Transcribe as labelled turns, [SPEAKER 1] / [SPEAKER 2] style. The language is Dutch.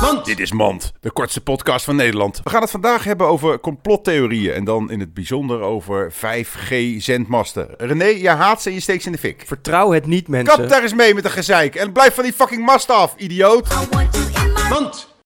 [SPEAKER 1] Mand!
[SPEAKER 2] Dit is Mand, de kortste podcast van Nederland. We gaan het vandaag hebben over complottheorieën en dan in het bijzonder over 5G-zendmasten. René, je haat ze en je steekt ze in de fik.
[SPEAKER 3] Vertrouw het niet, mensen.
[SPEAKER 2] Kap daar eens mee met de gezeik en blijf van die fucking mast af, idioot.
[SPEAKER 4] I want you in my
[SPEAKER 1] Mand!